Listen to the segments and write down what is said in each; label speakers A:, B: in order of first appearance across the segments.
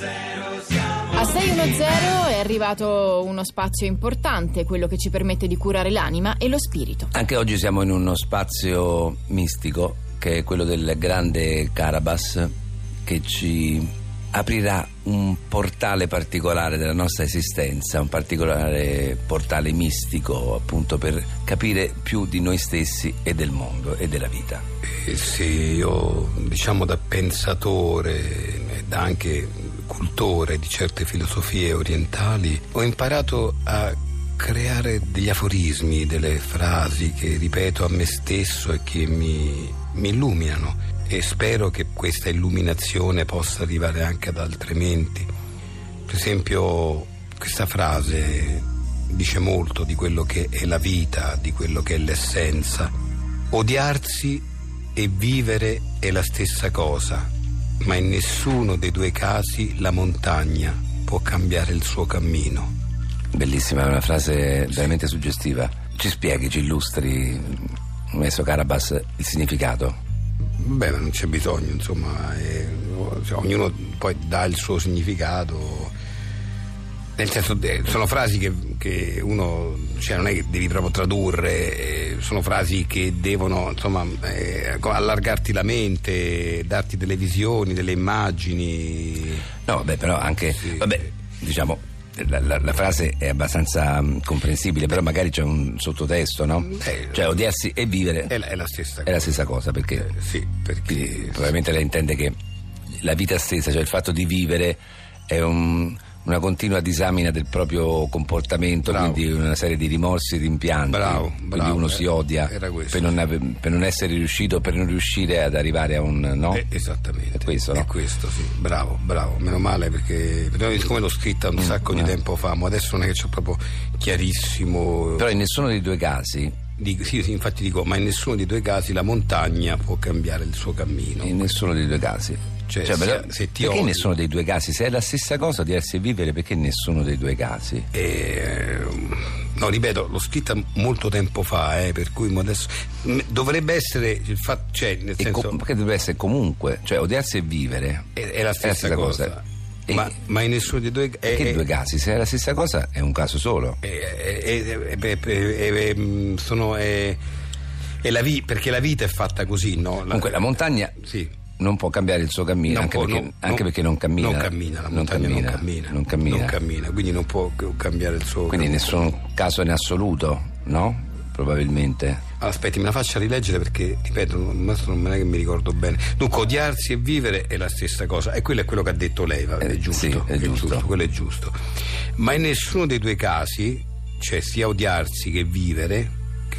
A: A 610 è arrivato uno spazio importante, quello che ci permette di curare l'anima e lo spirito.
B: Anche oggi siamo in uno spazio mistico che è quello del grande Carabas che ci aprirà un portale particolare della nostra esistenza, un particolare portale mistico appunto per capire più di noi stessi e del mondo e della vita.
C: Eh sì, io diciamo da pensatore, eh, da anche cultore di certe filosofie orientali, ho imparato a creare degli aforismi, delle frasi che ripeto a me stesso e che mi, mi illuminano e spero che questa illuminazione possa arrivare anche ad altre menti. Per esempio questa frase dice molto di quello che è la vita, di quello che è l'essenza. Odiarsi e vivere è la stessa cosa, ma in nessuno dei due casi la montagna può cambiare il suo cammino.
B: Bellissima, è una frase veramente suggestiva. Ci spieghi, ci illustri, messo Carabas, il significato?
C: Beh, non c'è bisogno, insomma, eh, cioè, ognuno poi dà il suo significato. Nel senso, eh, sono frasi che, che uno, cioè, non è che devi proprio tradurre, eh, sono frasi che devono, insomma, eh, allargarti la mente, darti delle visioni, delle immagini.
B: No, vabbè, però anche, sì. vabbè, diciamo, la, la, la, frase è abbastanza um, comprensibile, però magari c'è un sottotesto, no? Eh, cioè odiarsi e vivere
C: è la, è la stessa,
B: è stessa cosa. perché,
C: eh, sì, perché
B: probabilmente lei intende che la vita stessa, cioè il fatto di vivere, è un, una continua disamina del proprio comportamento, bravo. quindi una serie di rimorsi, rimpianti.
C: Bravo, bravo,
B: quindi uno
C: era,
B: si odia
C: questo,
B: per, non ave, per, non, essere riuscito, per non riuscire ad arrivare a un no.
C: Eh, esattamente.
B: È questo, no?
C: È questo, sì. Bravo, bravo. Meno male perché, perché come l'ho scritta un mm, sacco
B: eh.
C: no. di tempo fa, ma adesso non è che c'è proprio chiarissimo.
B: Però in nessuno dei due casi
C: Dico, sì, sì, infatti dico, ma in nessuno dei due casi la montagna può cambiare il suo cammino.
B: In nessuno dei due casi. Cioè, cioè se, però, se perché odi... nessuno dei due casi? Se è la stessa cosa di essere vivere, perché nessuno dei due casi?
C: Eh, no, ripeto, l'ho scritta molto tempo fa, eh, per cui adesso dovrebbe essere il fatto, cioè, nel e senso...
B: Com- perché dovrebbe essere comunque, cioè odiarsi e vivere
C: è, è la stessa, è la stessa cosa. cosa. Ma, ma, in nessuno dei due,
B: eh, due casi? Se è la stessa cosa è un caso solo.
C: Eh, eh, sono, la vi, perché la vita è fatta così, no? La,
B: Comunque la montagna
C: sì.
B: non può cambiare il suo cammino, anche, può, perché, non, anche, perché, non, cammina.
C: Non cammina, la montagna non cammina.
B: Non cammina,
C: non cammina quindi non può cambiare il suo
B: Quindi in nessun caso in assoluto, no? probabilmente.
C: Aspetti, me la faccia rileggere perché, ripeto, non è che mi ricordo bene. Dunque, odiarsi e vivere è la stessa cosa, e quello è quello che ha detto lei, vabbè, è giusto,
B: Eh, sì, è,
C: è
B: giusto.
C: giusto. quello è giusto. Ma in nessuno dei due casi, cioè sia odiarsi che vivere,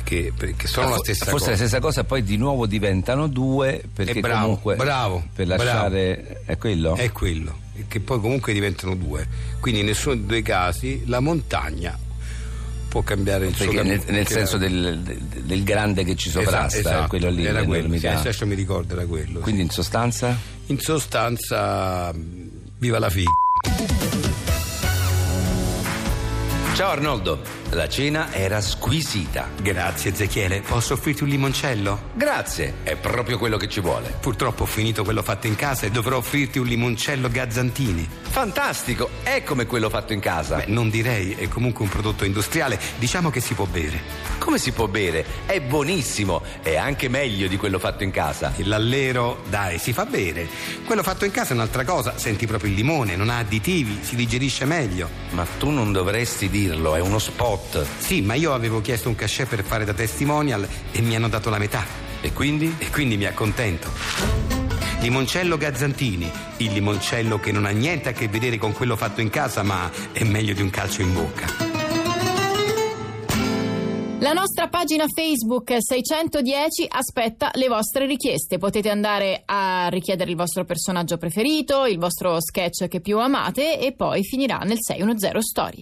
C: che, che sono ah, la stessa
B: forse
C: cosa.
B: Forse la stessa cosa, poi di nuovo diventano due perché
C: bravo,
B: comunque
C: bravo,
B: per lasciare
C: bravo.
B: è quello?
C: È quello, che poi comunque diventano due. Quindi in nessuno dei due casi la montagna può cambiare il
B: Perché
C: suo
B: nel, nel senso del, del, del, grande che ci sovrasta, esatto, esatto. quello lì.
C: Era quello, sì, adesso mi ricordo era quello.
B: Quindi in sostanza?
C: In sostanza, viva la figlia.
D: Ciao Arnoldo, la cena era squisita.
E: Grazie Ezechiele, posso offrirti un limoncello?
D: Grazie, è proprio quello che ci vuole.
E: Purtroppo ho finito quello fatto in casa e dovrò offrirti un limoncello Gazzantini.
D: Fantastico, è come quello fatto in casa.
E: Beh, non direi, è comunque un prodotto industriale, diciamo che si può bere.
D: Come si può bere? È buonissimo, è anche meglio di quello fatto in casa.
E: L'allero, dai, si fa bere. Quello fatto in casa è un'altra cosa, senti proprio il limone, non ha additivi, si digerisce meglio.
D: Ma tu non dovresti dire è uno spot.
E: Sì, ma io avevo chiesto un cachet per fare da testimonial e mi hanno dato la metà.
D: E quindi?
E: E quindi mi accontento. Limoncello Gazzantini, il limoncello che non ha niente a che vedere con quello fatto in casa, ma è meglio di un calcio in bocca.
A: La nostra pagina Facebook 610 aspetta le vostre richieste. Potete andare a richiedere il vostro personaggio preferito, il vostro sketch che più amate e poi finirà nel 610 Story.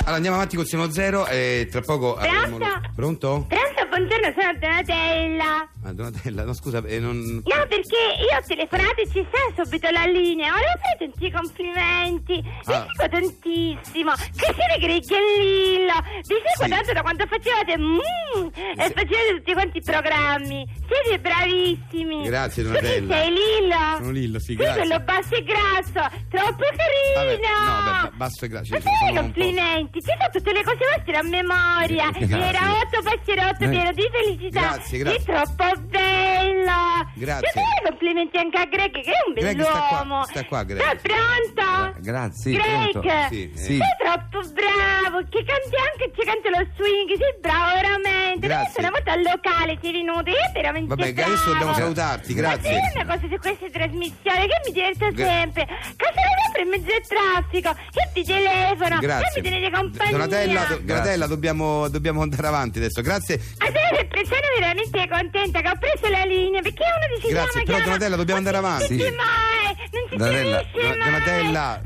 C: Allora andiamo avanti col 1-0 e tra poco
F: Pronto?
C: avremo... Pronto?
F: Pronto? buongiorno, sono Donatella.
E: Ma Ah, Donatella, no scusa, eh, non...
F: No, perché io ho telefonato e ci sta subito la linea. Volevo fare tanti complimenti. Vi
E: Ah.
F: seguo tantissimo. Che siete Greg e Lillo. Vi seguo
E: Sì.
F: tanto da quando facevate. mm, e
E: Sì.
F: facevate tutti quanti i programmi. Siete bravissimi.
E: Grazie,
F: Tu
E: Donatella.
F: chi sei Lillo?
E: Sono Lillo, sì,
F: Tu
E: grazie.
F: quello basso e grasso. Troppo
E: Vabbè,
F: carino.
E: no, beh, ba- basso e grasso,
F: Ma
E: sì, sono
F: fai
E: un po'.
F: complimenti. Ci sono tutte le cose vostre a memoria.
E: Grazie.
F: Era 8 passerotto
E: Eh.
F: pieno di felicità.
E: Grazie, grazie.
F: È troppo bello.
E: Grazie.
F: Devo fare complimenti anche a Greg che è un
E: Greg
F: bell'uomo.
E: sta qua, sta qua, Greg.
F: Sei pronto?
B: Grazie, sì,
F: Greg,
B: pronto.
E: Sì, eh.
B: Sì.
F: sei troppo bravo, che canti anche, ci canti lo swing, sei bravo veramente.
E: Grazie.
F: Sono volta al locale, sei venuto, io veramente
E: Vabbè,
F: bravo.
E: adesso dobbiamo salutarti, grazie.
F: Ma c'è una cosa su queste trasmissioni che mi diverte
E: Gra-
F: sempre. Casare sempre in mezzo al traffico, io ti telefono,
E: Grazie.
F: poi mi tenete compagnia.
E: Donatella, do- Donatella
B: Grazie.
E: dobbiamo, dobbiamo andare avanti adesso. Grazie.
F: Adesso eh, sono veramente contenta che ho preso la linea perché uno
E: Grazie,
F: dice chiama,
E: però,
F: chiama,
E: Donatella, dobbiamo
F: non
E: andare
F: si
E: avanti.
F: capisce mai, non si
B: Donatella,
F: capisce
E: Don-
F: mai.
E: Donatella.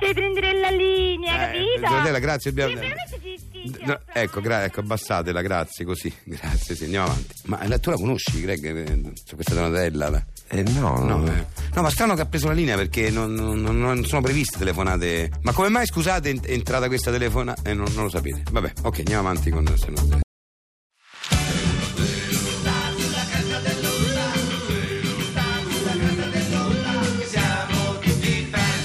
F: Sai prendere la linea,
E: Eh,
F: capito?
E: Donatella, grazie, abbiamo-
F: Sì, veramente difficile,
E: No, ecco, gra- ecco, abbassatela, grazie, così. Grazie, sì, andiamo avanti. Ma la- tu la conosci, Greg, eh, su questa Donatella? La-
B: Eh, no,
E: No,
B: no.
E: eh. No, ma strano che ha preso la linea perché non, non- non- non sono previste telefonate. Ma come mai, scusate, è entrata questa telefonata? Eh, non, non lo sapete. Vabbè, ok, andiamo avanti con... Se no-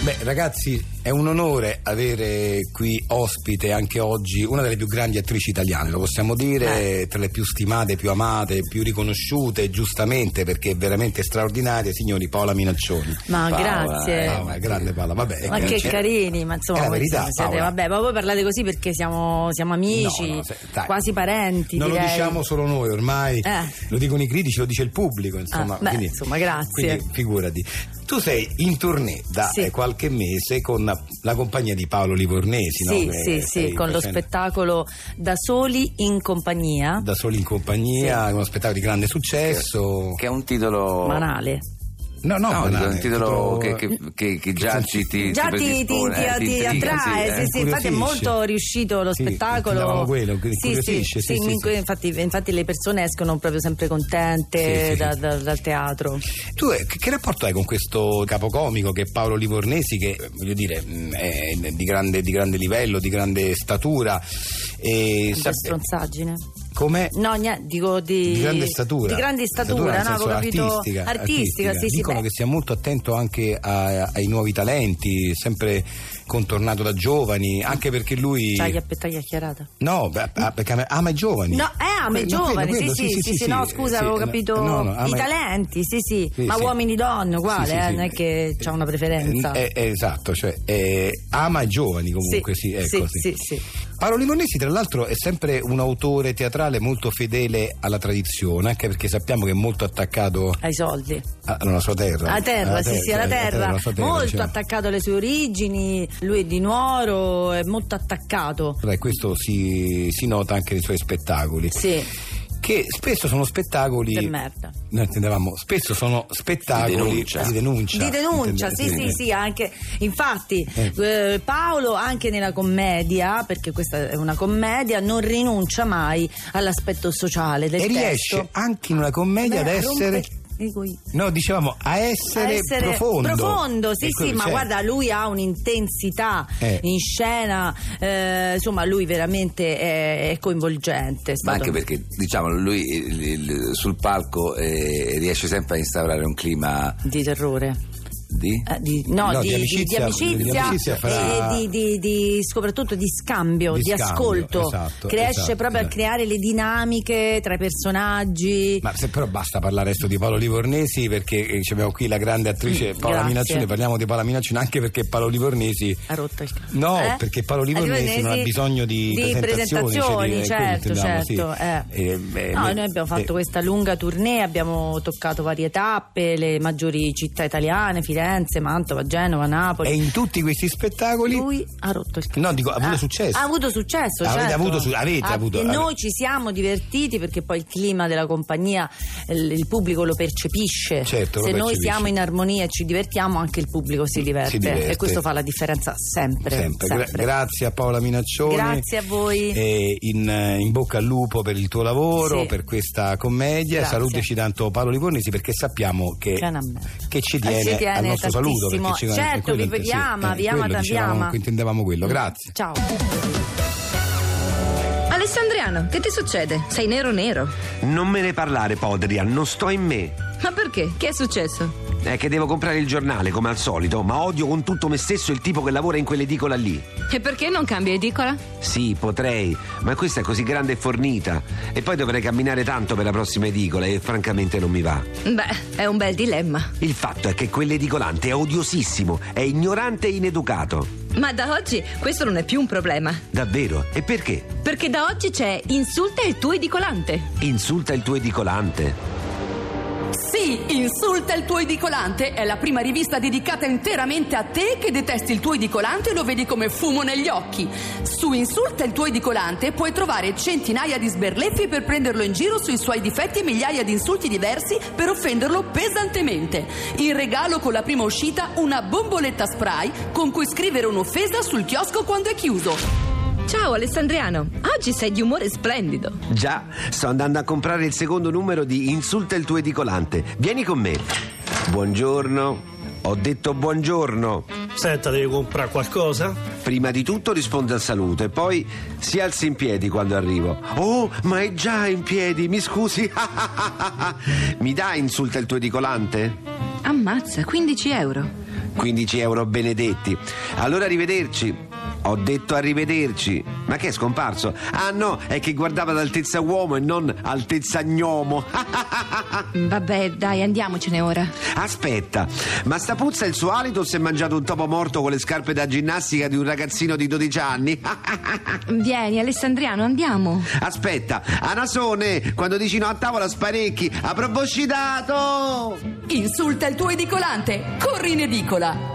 G: Beh, ragazzi, è un onore avere qui ospite anche oggi una delle più grandi attrici italiane, lo possiamo dire, tra le più stimate, più amate, più riconosciute, giustamente perché è veramente straordinaria, signori Paola Minaccioni.
H: Ma
B: Paola,
H: grazie.
B: eh.
G: Paola, grande Paola, vabbè.
H: Ma
G: eh,
H: che
G: cioè,
H: carini, ma insomma,
G: è la
H: voi
G: verità,
H: siete- siete-
G: Paola.
H: vabbè, ma voi parlate così perché siamo, siamo amici,
G: No, no, se- dai.
H: quasi parenti.
G: Non
H: direi.
G: lo diciamo solo noi ormai,
H: Eh.
G: lo dicono i critici, lo dice il pubblico, insomma.
H: Ah, beh, insomma, grazie.
G: quindi figurati. Tu sei in tournée da
H: Sì.
G: eh, qualche mese con la compagnia di Paolo Livornesi,
H: Sì,
G: no? Eh,
H: sì, sì,
G: stai
H: con lo
G: facendo-
H: spettacolo Da soli in compagnia,
G: da soli in compagnia, uno spettacolo di grande successo.
B: Che è un titolo.
H: banale.
G: No, no,
B: No,
G: banale,
B: è un titolo che,
G: tipo-
B: che- che- che già
G: che-
B: ci ti,
H: Già ti, ti,
B: predispone, eh,
H: ti- ti
B: intriga,
H: attrae,
B: sì, eh.
H: sì, sì, infatti è
G: Incuriosisce.
H: molto riuscito lo
G: Sì,
H: spettacolo.
G: pensavamo quello, che
H: sì, sì,
G: incuriosisce,
H: sì,
G: sì, sì,
H: in-
G: sì.
H: Infatti, infatti le persone escono proprio sempre contente
G: Sì, sì,
H: da-
G: sì.
H: da- dal teatro.
G: Tu eh, che, che rapporto hai con questo capocomico che è Paolo Livornesi, che eh, voglio dire mh, è di grande, di grande livello, di grande statura? E
H: Che
G: sa-
H: stronzaggine.
G: com'è?
H: No, niente, dico di,
G: Di grande statura.
H: Di grande statura,
G: nel
H: no,
G: senso
H: avevo capito.
G: Artistica,
H: artistica, sì, sì.
G: Dicono
H: beh.
G: che sia molto attento anche a- ai nuovi talenti, sempre contornato da giovani, anche perché lui.
H: Taglia per taglia chiarata.
G: No, beh, ah, perché ama- ama i giovani.
H: Cioè, No, eh, ama i
G: Quello,
H: giovani,
G: quello, quello,
H: sì, sì, sì, sì, no, scusa,
G: sì,
H: avevo
G: eh,
H: capito
G: no, no, ama
H: i talenti, sì, sì,
G: Sì,
H: ma
G: sì.
H: uomini, donne, uguale,
G: Sì, sì,
H: eh,
G: sì.
H: non è che c'è una preferenza.
G: Eh, eh, esatto, cioè eh, ama i giovani comunque, sì, ecco.
H: sì,
G: sì.
H: sì, sì.
G: Paolo Limonesi, tra l'altro, è sempre un autore teatrale molto fedele alla tradizione, anche perché sappiamo che è molto attaccato
H: Ai soldi,
G: a- alla sua terra.
H: alla terra, sì, sì, alla terra, certo.
G: alla sua terra,
H: molto
G: diciamo.
H: attaccato alle sue origini. Lui è di Nuoro, è molto attaccato.
G: Beh, questo si, si nota anche nei suoi spettacoli,
H: Sì,
G: che spesso sono spettacoli.
H: per merda.
G: Noi intendevamo, spesso sono spettacoli
B: Di denuncia.
G: di denuncia.
H: Di denuncia,
G: Intende-
H: sì, sì, sì, anche infatti eh, Paolo anche nella commedia, perché questa è una commedia, non rinuncia mai all'aspetto sociale del
G: E
H: testo.
G: riesce anche in una commedia ad
H: Beh,
G: essere.
H: rompe- dico io.
G: No, dicevamo a essere,
H: A essere
G: profondo.
H: sì,
G: E
H: sì,
G: quello-
H: ma
G: cioè,
H: guarda, lui ha un'intensità
G: Eh.
H: in scena, eh, insomma, lui veramente è, è coinvolgente. è
B: Ma
H: stato-
B: anche perché, diciamo, lui il- il- sul palco eh, riesce sempre a instaurare un clima
H: di terrore.
B: di.
H: Eh, di, no,
G: No,
H: di,
G: di
H: di- di
G: amicizia,
H: amicizia
G: di amicizia fra-
H: e di, di- di- soprattutto di scambio,
G: Di
H: di,
G: scambio,
H: ascolto,
G: esatto,
H: che riesce
G: esatto,
H: proprio
G: esatto.
H: a creare le dinamiche tra i personaggi.
G: Ma se però basta parlare adesso di Paolo Livornesi perché eh, ci abbiamo qui la grande attrice
H: Mm,
G: Paola
H: grazie.
G: Minaccione, parliamo di Paola Minaccione anche perché Paolo Livornesi
H: ha rotto il cazzo.
G: No,
H: Eh?
G: perché Paolo
H: Eh,
G: Livornesi non ha
H: Livornesi-
G: bisogno di,
H: di
G: presentazioni,
H: presentazioni,
G: cioè di-
H: certo,
G: quello intendevamo,
H: certo.
G: sì.
H: eh.
G: Eh, beh,
H: no,
G: beh,
H: noi abbiamo
G: eh,
H: fatto questa lunga tournée, abbiamo toccato varie tappe, le maggiori città italiane,
I: Firenze, Mantova, Genova, Napoli.
G: E in tutti questi spettacoli
I: Lui ha rotto il cazzo. Ah,
G: No, dico, ha avuto successo.
I: Ha avuto successo,
G: Avete
I: certo.
G: avuto su- avete avuto-
I: E
G: ave-
I: noi ci siamo divertiti perché poi il clima della compagnia, il, il pubblico lo percepisce.
G: Certo, lo
I: Se noi
G: percepisce.
I: siamo in armonia e ci divertiamo, anche il pubblico si diverte.
G: diverte.
I: E questo fa la differenza sempre.
G: Sempre. Gra-
I: sempre.
G: grazie a Paola Minaccioni.
I: Grazie a voi.
G: E in, eh, in bocca al lupo per il tuo lavoro,
I: Sì.
G: per questa commedia.
I: Grazie.
G: Saluteci tanto Paolo Livornisi perché sappiamo che,
I: Che è una merda.
G: che ci
I: Eh,
G: tiene,
I: ci tiene
G: al nostro saluto.
I: tantissimo.
G: perché ci-
I: Certo,
G: quello-
I: vi- vi
G: sì,
I: ama,
G: eh,
I: vi ama,
G: quello
I: vi
G: dicevamo,
I: ama. Mm.
G: Intendevamo quello. Grazie.
I: Ciao.
J: Alessandriano, che ti succede? Sei nero nero.
K: Non me ne parlare, Podria, non sto in me.
J: Ma perché? Che è successo?
K: È che devo comprare il giornale, come al solito, ma odio con tutto me stesso il tipo che lavora in quell'edicola lì.
J: E perché non cambia edicola?
K: Sì, potrei, ma questa è così grande e fornita. E poi dovrei camminare tanto per la prossima edicola e francamente non mi va.
J: Beh, è un bel dilemma.
K: Il fatto è che quell'edicolante è odiosissimo, è ignorante e ineducato.
J: Ma da oggi questo non è più un problema.
K: Davvero? E perché?
J: Perché da oggi c'è insulta il tuo edicolante.
K: Insulta il tuo edicolante.
H: Sì, Insulta il tuo idicolante è la prima rivista dedicata interamente a te che detesti il tuo idicolante e lo vedi come fumo negli occhi. Su Insulta il tuo idicolante puoi trovare centinaia di sberleffi per prenderlo in giro sui suoi difetti e migliaia di insulti diversi per offenderlo pesantemente. In regalo con la prima uscita una bomboletta spray con cui scrivere un'offesa sul chiosco quando è chiuso.
J: Ciao Alessandriano, oggi sei di umore splendido.
K: Già, sto andando a comprare il secondo numero di Insulta il tuo edicolante. Vieni con me. Buongiorno. Ho detto buongiorno.
L: Senta, devi comprare qualcosa?
K: Prima di tutto risponde al saluto e poi si alzi in piedi quando arrivo. Oh, ma è già in piedi, mi scusi. mi dà insulta il tuo edicolante?
J: Ammazza, 15 euro.
K: 15 euro benedetti. Allora arrivederci. Ho detto arrivederci. Ma che è scomparso? Ah no, è che guardava ad altezza uomo e non altezza gnomo.
J: Vabbè, dai, andiamocene ora.
K: Aspetta, ma sta puzza il suo alito o si è mangiato un topo morto con le scarpe da ginnastica di un ragazzino di 12 anni?
J: Vieni Alessandriano, andiamo.
K: Aspetta, Anasone, quando dici no a tavola sparecchi, a proboscidato!
H: Insulta il tuo idicolante, corri in edicola.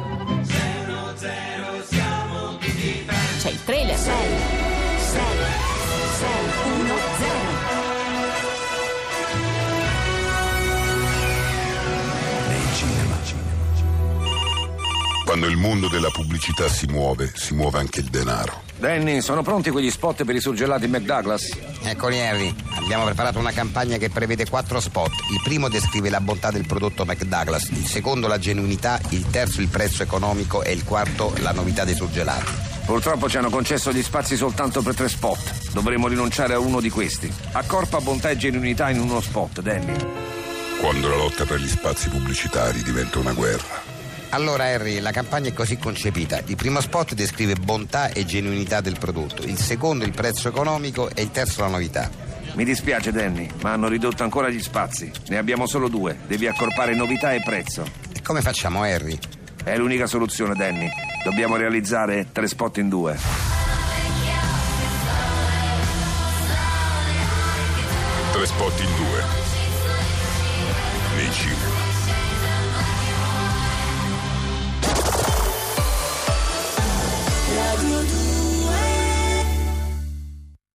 A: C'è il trailer.
M: Quando il mondo della pubblicità si muove, si muove anche il denaro.
B: Danny, sono pronti quegli spot per i surgelati McDouglas?
C: Eccoli Henry, abbiamo preparato una campagna che prevede quattro spot. Il primo descrive la bontà del prodotto McDouglas, il secondo la genuinità, il terzo il prezzo economico e il quarto la novità dei surgelati.
B: Purtroppo ci hanno concesso gli spazi soltanto per tre spot. Dovremo rinunciare a uno di questi. Accorpa bontà e genuinità in uno spot, Danny.
M: Quando la lotta per gli spazi pubblicitari diventa una guerra.
C: Allora Harry, la campagna è così concepita. Il primo spot descrive bontà e genuinità del prodotto, il secondo il prezzo economico e il terzo la novità.
B: Mi dispiace, Danny, ma hanno ridotto ancora gli spazi. Ne abbiamo solo due. Devi accorpare novità e prezzo.
C: E come facciamo Harry?
B: È l'unica soluzione, Danny. Dobbiamo realizzare tre spot in due.
M: Tre spot in due.